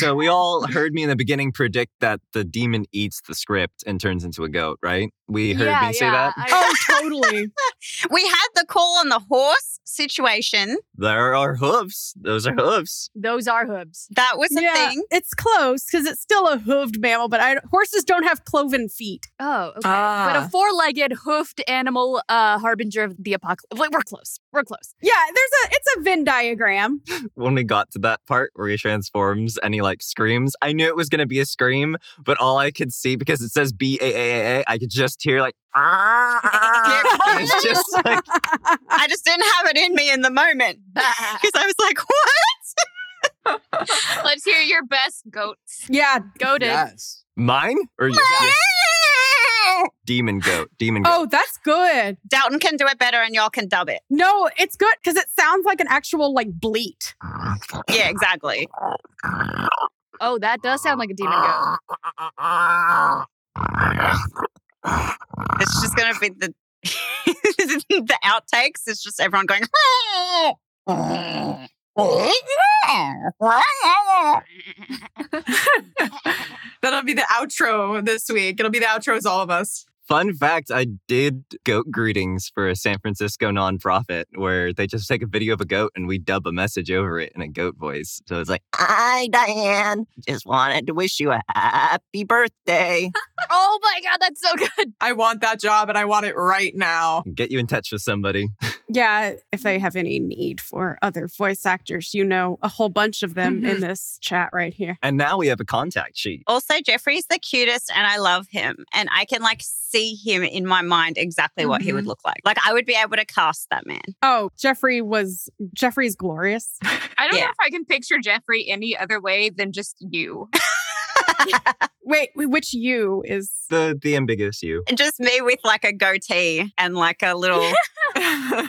F: so we all heard me in the beginning predict that the demon eats the script and turns into a goat, right? We heard me say that.
E: I-
A: Oh,
C: [LAUGHS]
A: totally.
C: we had the call on the horse situation.
F: there are hooves. Those are hooves.
E: those are hooves.
C: That was a
A: yeah,
C: thing.
A: it's close because it's still a hooved mammal, but I, horses don't have cloven feet.
E: Oh, okay.
B: Ah.
E: But a four-legged, hoofed animal, uh, harbinger of the apocalypse. Wait, We're close. We're close.
A: Yeah, there's a it's a Venn diagram.
F: When we got to that part where he transforms and he like screams, I knew it was gonna be a scream, but all I could see because it says B A A A A, I could just hear like "Ah, ah, ah." And [LAUGHS] it's
C: [LAUGHS]
F: just like
C: I just didn't have it in me in the
A: [LAUGHS]
C: moment because I was like, what?
D: Let's hear your best goats.
A: Yeah.
E: Goaded.
C: [LAUGHS]
G: Yes.
F: mine or you? demon goat, demon goat.
A: Oh, that's good.
C: Dalton can do it better and y'all can dub it.
A: No, it's good because it sounds like an actual like bleat.
C: Yeah, exactly.
E: Oh, that does sound like a demon
C: Ah.
E: goat.
C: It's just going to be the. [LAUGHS] the outtakes It's just everyone going
B: That'll be the outro this week. It'll be the outros, all of us.
F: Fun fact I did goat greetings for a San Francisco nonprofit where they just take a video of a goat and we dub a message over it in a goat voice. So it's like, Hi,
B: [LAUGHS]
F: Diane. Just wanted to wish you a happy birthday.
E: Oh my god, that's so good.
B: I want that job and I want it right now.
F: Get you in touch with somebody.
A: Yeah, if they have any need for other voice actors, you know, a whole bunch of them
C: Mm-hmm.
A: in this chat right here.
F: And now we have a contact sheet.
C: Also, Jeffrey's the cutest and I love him. And I can like see him in my mind exactly what he would look like. Like I would be able to cast that man.
A: Oh, Jeffrey was Jeffrey's glorious.
D: [LAUGHS] I don't
C: Yeah.
D: know if I can picture Jeffrey any other way than just you.
A: Wait,
F: [LAUGHS]
A: which you is
F: The the ambiguous you.
C: [LAUGHS] And just me with like a goatee and like a little [LAUGHS]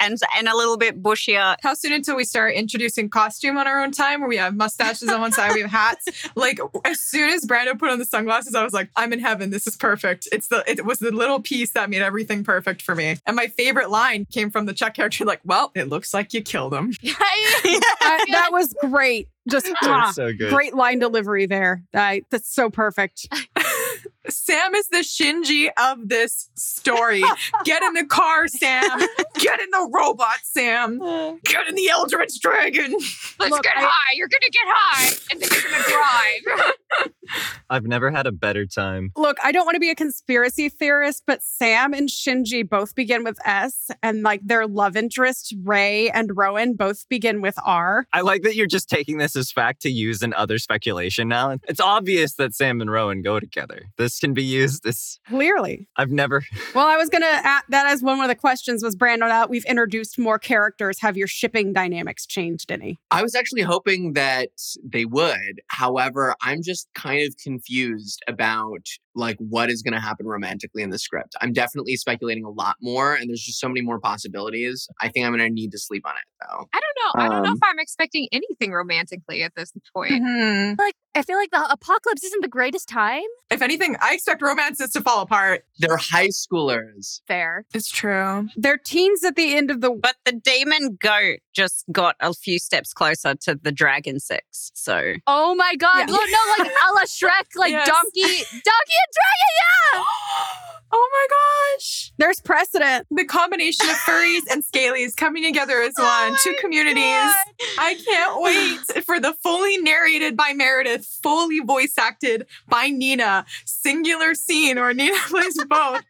C: and and a little bit bushier.
B: How soon until we start introducing costume on our own time where we have mustaches on one side, we have hats? Like as soon as Brando put on the sunglasses, I was like, I'm in heaven. This is perfect. It's the it was the little piece that made everything perfect for me. And my favorite line came from the Chuck character, like, well, it looks like you killed him.
A: [LAUGHS] I- that was great.
F: [LAUGHS]
A: Just ah,
F: That's so good.
A: great line delivery there. I, that's so perfect.
B: Sam is the Shinji of this story. Get in the car, Sam. Get in the robot, Sam. Get in the Eldritch Dragon.
D: Let's
A: Look,
D: get
A: I-
D: high. You're gonna get high, and then you're gonna drive.
F: I've never had a better time.
A: Look, I don't want to be a conspiracy theorist, but Sam and Shinji both begin with S, and like their love interest, Ray and Rowan, both begin with R.
F: I like that you're just taking this as fact to use in other speculation now. It's obvious that Sam and Rowan go together. This can be used as [LAUGHS]
A: Clearly.
F: I've never [LAUGHS]
A: Well, I was gonna add that as one of the questions was Brandon out. We've introduced more characters. Have your shipping dynamics changed any?
G: I was actually hoping that they would. However, I'm just kind of confused about like what is going to happen romantically in the script. I'm definitely speculating a lot more and there's just so many more possibilities. I think I'm going to need to sleep on it though.
D: I don't know. I don't know
G: Um,
D: if I'm expecting anything romantically at this point.
E: Like I feel like the apocalypse isn't the greatest time.
B: If anything, I expect romances to fall apart.
G: They're high schoolers.
E: Fair.
B: It's true.
A: They're teens at the end of the
C: But the demon goat just got a few steps closer to the dragon six. So
E: Oh my god.
A: Yeah.
E: Look, no,
A: [LAUGHS]
E: like a la Shrek, like
B: Yes.
E: donkey, donkey and dragon.
B: oh my gosh.
A: there's precedent.
B: The combination of furries and scalies coming together as one, two communities. I can't
E: [SIGHS]
B: wait for the fully narrated by Meredith, fully voice acted by Nina, singular scene where Nina [LAUGHS] plays both.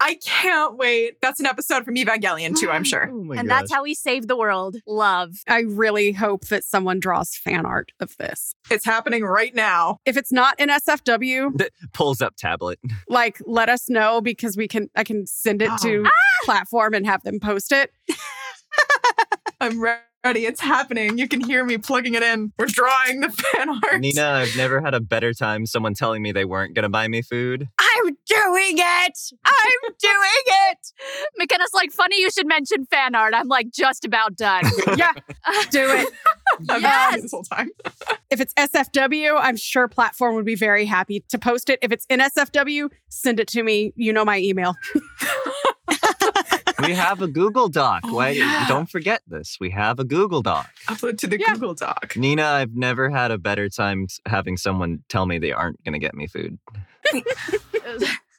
B: I can't wait. That's an episode from Evangelion too, I'm sure.
F: [GASPS] Oh my
E: and
F: gosh.
E: that's how we save the world. Love.
A: I really hope that someone draws fan art of this.
B: It's happening right now.
A: If it's not in SFW,
F: pulls up
B: [LAUGHS]
F: tablet.
A: like let us know because we can I can send it to platform and have them post it.
B: I'm ready. It's happening. You can hear me plugging it in. We're drawing the fan art.
F: Nina, I've never had a better time someone telling me they weren't gonna buy me food.
C: [GASPS] I'm doing it.
E: [LAUGHS]
C: I'm doing it.
E: McKenna's like, funny you should mention fan art. I'm like, just
C: [LAUGHS]
E: about done.
A: Yeah, do [LAUGHS] it.
B: I've been on this whole time.
A: If it's SFW, I'm sure platform would be very happy to post it. If it's in SFW, send it to me. You know my email. [LAUGHS]
B: [LAUGHS]
F: We have a Google Doc.
B: Oh,
F: Why
B: yeah.
F: don't forget this. We have a Google Doc.
B: Upload to the
A: Yeah.
B: Google Doc.
F: Nina, I've never had a better time s- having someone tell me they aren't gonna get me food.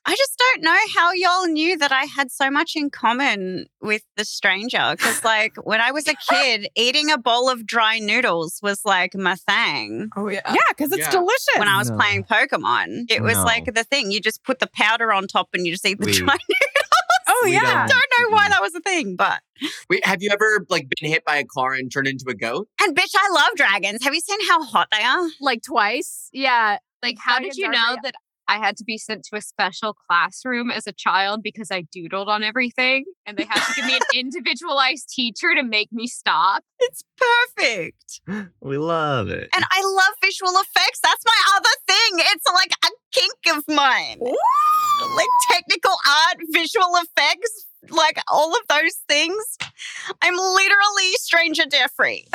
C: I just don't know how y'all knew that I had so much in common with the stranger. Because, like, when I was [LAUGHS] a kid, eating a bowl of dry noodles was like my thing.
B: Oh yeah.
A: Yeah, because it's
G: Yeah.
A: delicious.
C: When I was
F: No.
C: playing Pokemon, it was
F: No.
C: like the thing. You just put the powder on top and you just eat the
F: We-
C: dry [LAUGHS] noodles.
A: oh
F: We
A: yeah.
C: I don't know why that was a thing, but.
G: Wait, have you ever like been hit by a car and turned into a goat?
C: And, bitch, I love dragons. Have you seen how hot they are?
E: like twice. Yeah.
D: Like, how did
E: Dragons
D: you
E: are
D: know
E: real.
D: that I had to be sent to a special classroom as a child because I doodled on everything, and they had to give me
E: [LAUGHS]
D: an individualized teacher to make me stop?
C: It's perfect.
F: [GASPS] We love it.
C: And I love visual effects. That's my other thing. It's like a kink of mine. like technical art, visual effects, like all of those things. I'm literally Stranger Jeffrey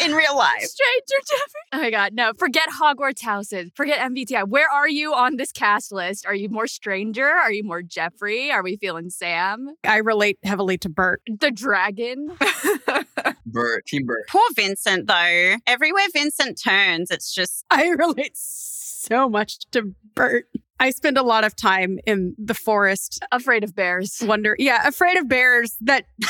C: in real life.
E: Stranger Jeffrey. Oh my God. No, forget Hogwarts houses. Forget MBTI. Where are you on this cast list? Are you more Stranger? Are you more Jeffrey? Are we feeling Sam?
A: I relate heavily to Bert.
E: The dragon?
G: Bert, Team Bert.
C: Poor Vincent, though. Everywhere Vincent turns, it's just
A: I relate so much to Bert. I spend a lot of time in the forest.
E: Afraid of bears.
A: Wonder, yeah, afraid of bears. That
E: [LAUGHS]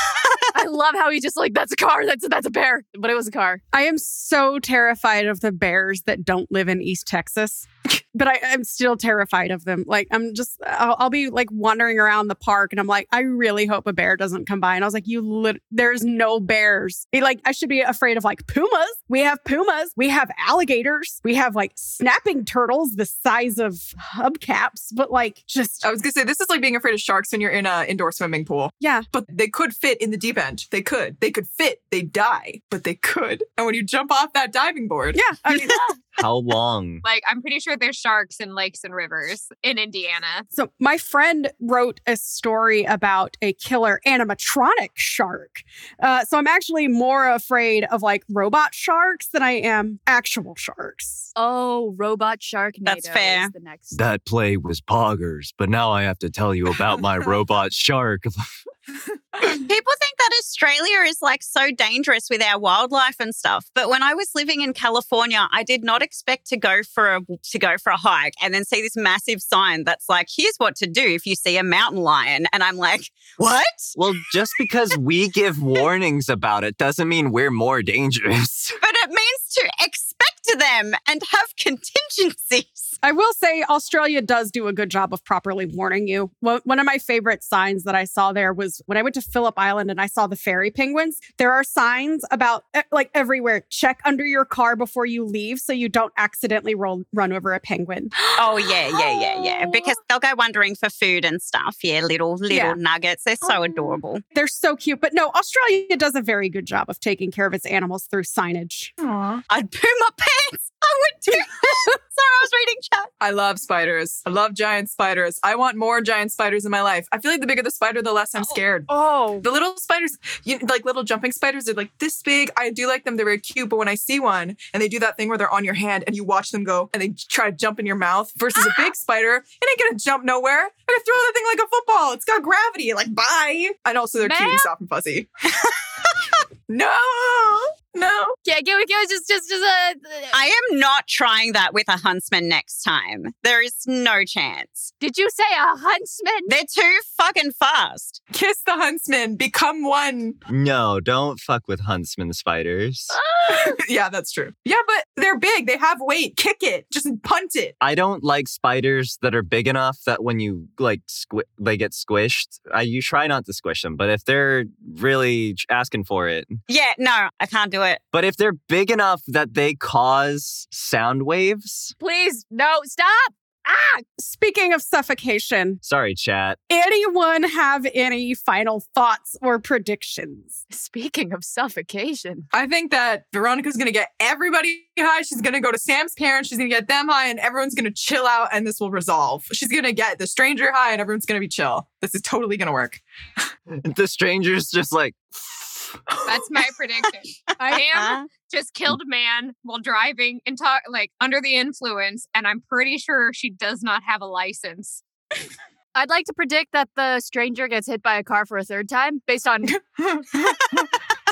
E: I love how he just like that's a car. That's that's a bear, but it was a car.
A: I am so terrified of the bears that don't live in East Texas, [LAUGHS] but I, I'm still terrified of them. Like I'm just, I'll, I'll be like wandering around the park, and I'm like, I really hope a bear doesn't come by. And I was like, you, lit- there's no bears. It, like I should be afraid of like pumas. We have pumas. We have alligators. We have like snapping turtles the size of hubcaps, but like just
B: I was gonna say this is like being afraid of sharks when you're in a indoor swimming pool.
A: yeah.
B: But they could fit in the deep end. They could. They could fit. They die, but they could. And when you jump off that diving board,
A: Yeah,
B: [LAUGHS]
A: I mean,
F: How long?
D: Like, I'm pretty sure there's sharks in lakes and rivers in Indiana.
A: So, my friend wrote a story about a killer animatronic shark. Uh, so, I'm actually more afraid of like robot sharks than I am actual sharks.
E: Oh, robot shark.
C: That's fair.
E: Is the
C: [CLEARS THROAT]
E: next.
F: That play was poggers, but now I have to tell you about my robot shark.
C: People think that Australia is like so dangerous with our wildlife and stuff. But when I was living in California, I did not expect to go for a to go for a hike and then see this massive sign that's like, here's what to do if you see a mountain lion. And I'm like, what?
F: [LAUGHS] well, just because we give warnings about it doesn't mean we're more dangerous.
C: But it means to expect [LAUGHS] them and have contingencies.
A: I will say Australia does do a good job of properly warning you. One one of my favorite signs that I saw there was when I went to Phillip Island and I saw the fairy penguins. There are signs about eh, like everywhere check under your car before you leave so you don't accidentally roll, run over a penguin. [GASPS]
C: Oh yeah, yeah, yeah, yeah. Because they'll go wandering for food and stuff. Yeah, little little
A: Yeah.
C: nuggets. They're so adorable.
A: They're so cute. But no, Australia does a very good job of taking care of its animals through signage.
C: I'd poo my pants. I would
A: [LAUGHS]
C: do. Sorry, I was reading chat.
B: I love spiders. I love giant spiders. I want more giant spiders in my life. I feel like the bigger the spider, the less I'm scared.
E: Oh,
B: The little spiders, you, like little jumping spiders, are like this big. I do like them. They're very cute. But when I see one and they do that thing where they're on your hand and you watch them go and they try to jump in your mouth versus a big spider, it ain't gonna jump nowhere. I'm gonna throw that thing like a football. It's got gravity. Like, bye. And also, they're cute
E: Ma'am?
B: and soft and fuzzy. no, no.
E: yeah. Can we, can we just just uh, just a?
C: I am not trying that with a huntsman next time. There is no chance.
E: did you say a huntsman?
C: They're too fucking fast.
B: Kiss the huntsman. Become one.
F: [LAUGHS] No, don't fuck with huntsman spiders.
B: [LAUGHS] yeah, that's true. Yeah, but they're big. They have weight. Kick it. Just punt it.
F: I don't like spiders that are big enough that when you like squi- they get squished. I, you try not to squish them, but if they're really asking for it,
C: Yeah, no, I can't do it.
F: but if they're big enough that they cause sound waves.
E: Please, no, stop. Ah,
A: Speaking of suffocation,
F: Sorry, chat. [LAUGHS]
A: anyone have any final thoughts or predictions?
E: Speaking of suffocation,
B: I think that Veronica's gonna get everybody high. She's gonna go to Sam's parents. She's gonna get them high, and everyone's gonna chill out, and this will resolve. She's gonna get the stranger high, and everyone's gonna be chill. This is totally gonna work.
F: The stranger's just like,
D: That's my prediction. I am just killed man while driving and talk like under the influence, and I'm pretty sure she does not have a license.
E: I'd like to predict that the stranger gets hit by a car for a third time, based on. [LAUGHS]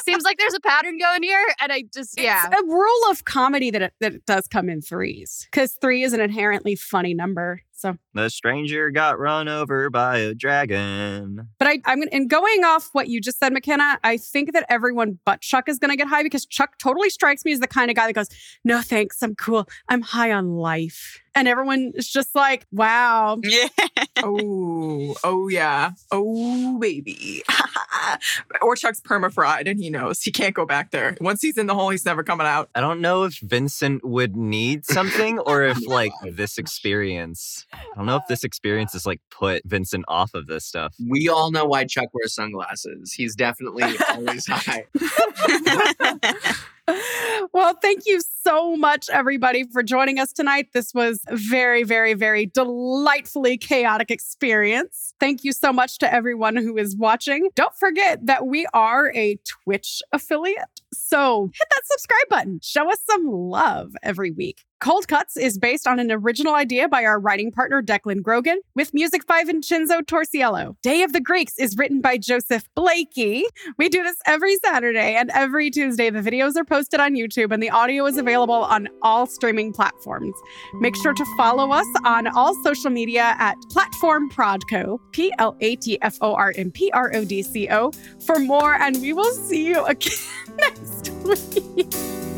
E: Seems like there's a pattern going here, and I just yeah.
A: It's a rule of comedy that it, that it does come in threes because three is an inherently funny number. So,
F: the stranger got run over by a dragon.
A: but I, I'm gonna, and going off what you just said, McKenna, I think that everyone but Chuck is going to get high because Chuck totally strikes me as the kind of guy that goes, "No thanks, I'm cool, I'm high on life," and everyone is just like, "Wow,
C: Yeah.
B: oh, oh yeah, oh baby. [LAUGHS] or Chuck's perma fried, and he knows he can't go back there. Once he's in the hole, he's never coming out.
F: I don't know if Vincent would need something
B: [LAUGHS]
F: or if like this experience. I don't know if this experience is like put Vincent off of this stuff.
G: We all know why Chuck wears sunglasses. He's definitely always high.
A: well, thank you so much, everybody, for joining us tonight. This was a very, very, very delightfully chaotic experience. Thank you so much to everyone who is watching. Don't forget that we are a Twitch affiliate. So hit that subscribe button. Show us some love every week. Cold Cuts is based on an original idea by our writing partner Declan Grogan, with music by Vincenzo Torsiello. Day of the Greeks is written by Joseph Blakey. We do this every Saturday and every Tuesday. The videos are posted on YouTube and the audio is available on all streaming platforms. Make sure to follow us on all social media at Platform Prodco, P L A T F O R M P R [LAUGHS] O D C O, for more, and we will see you again next week.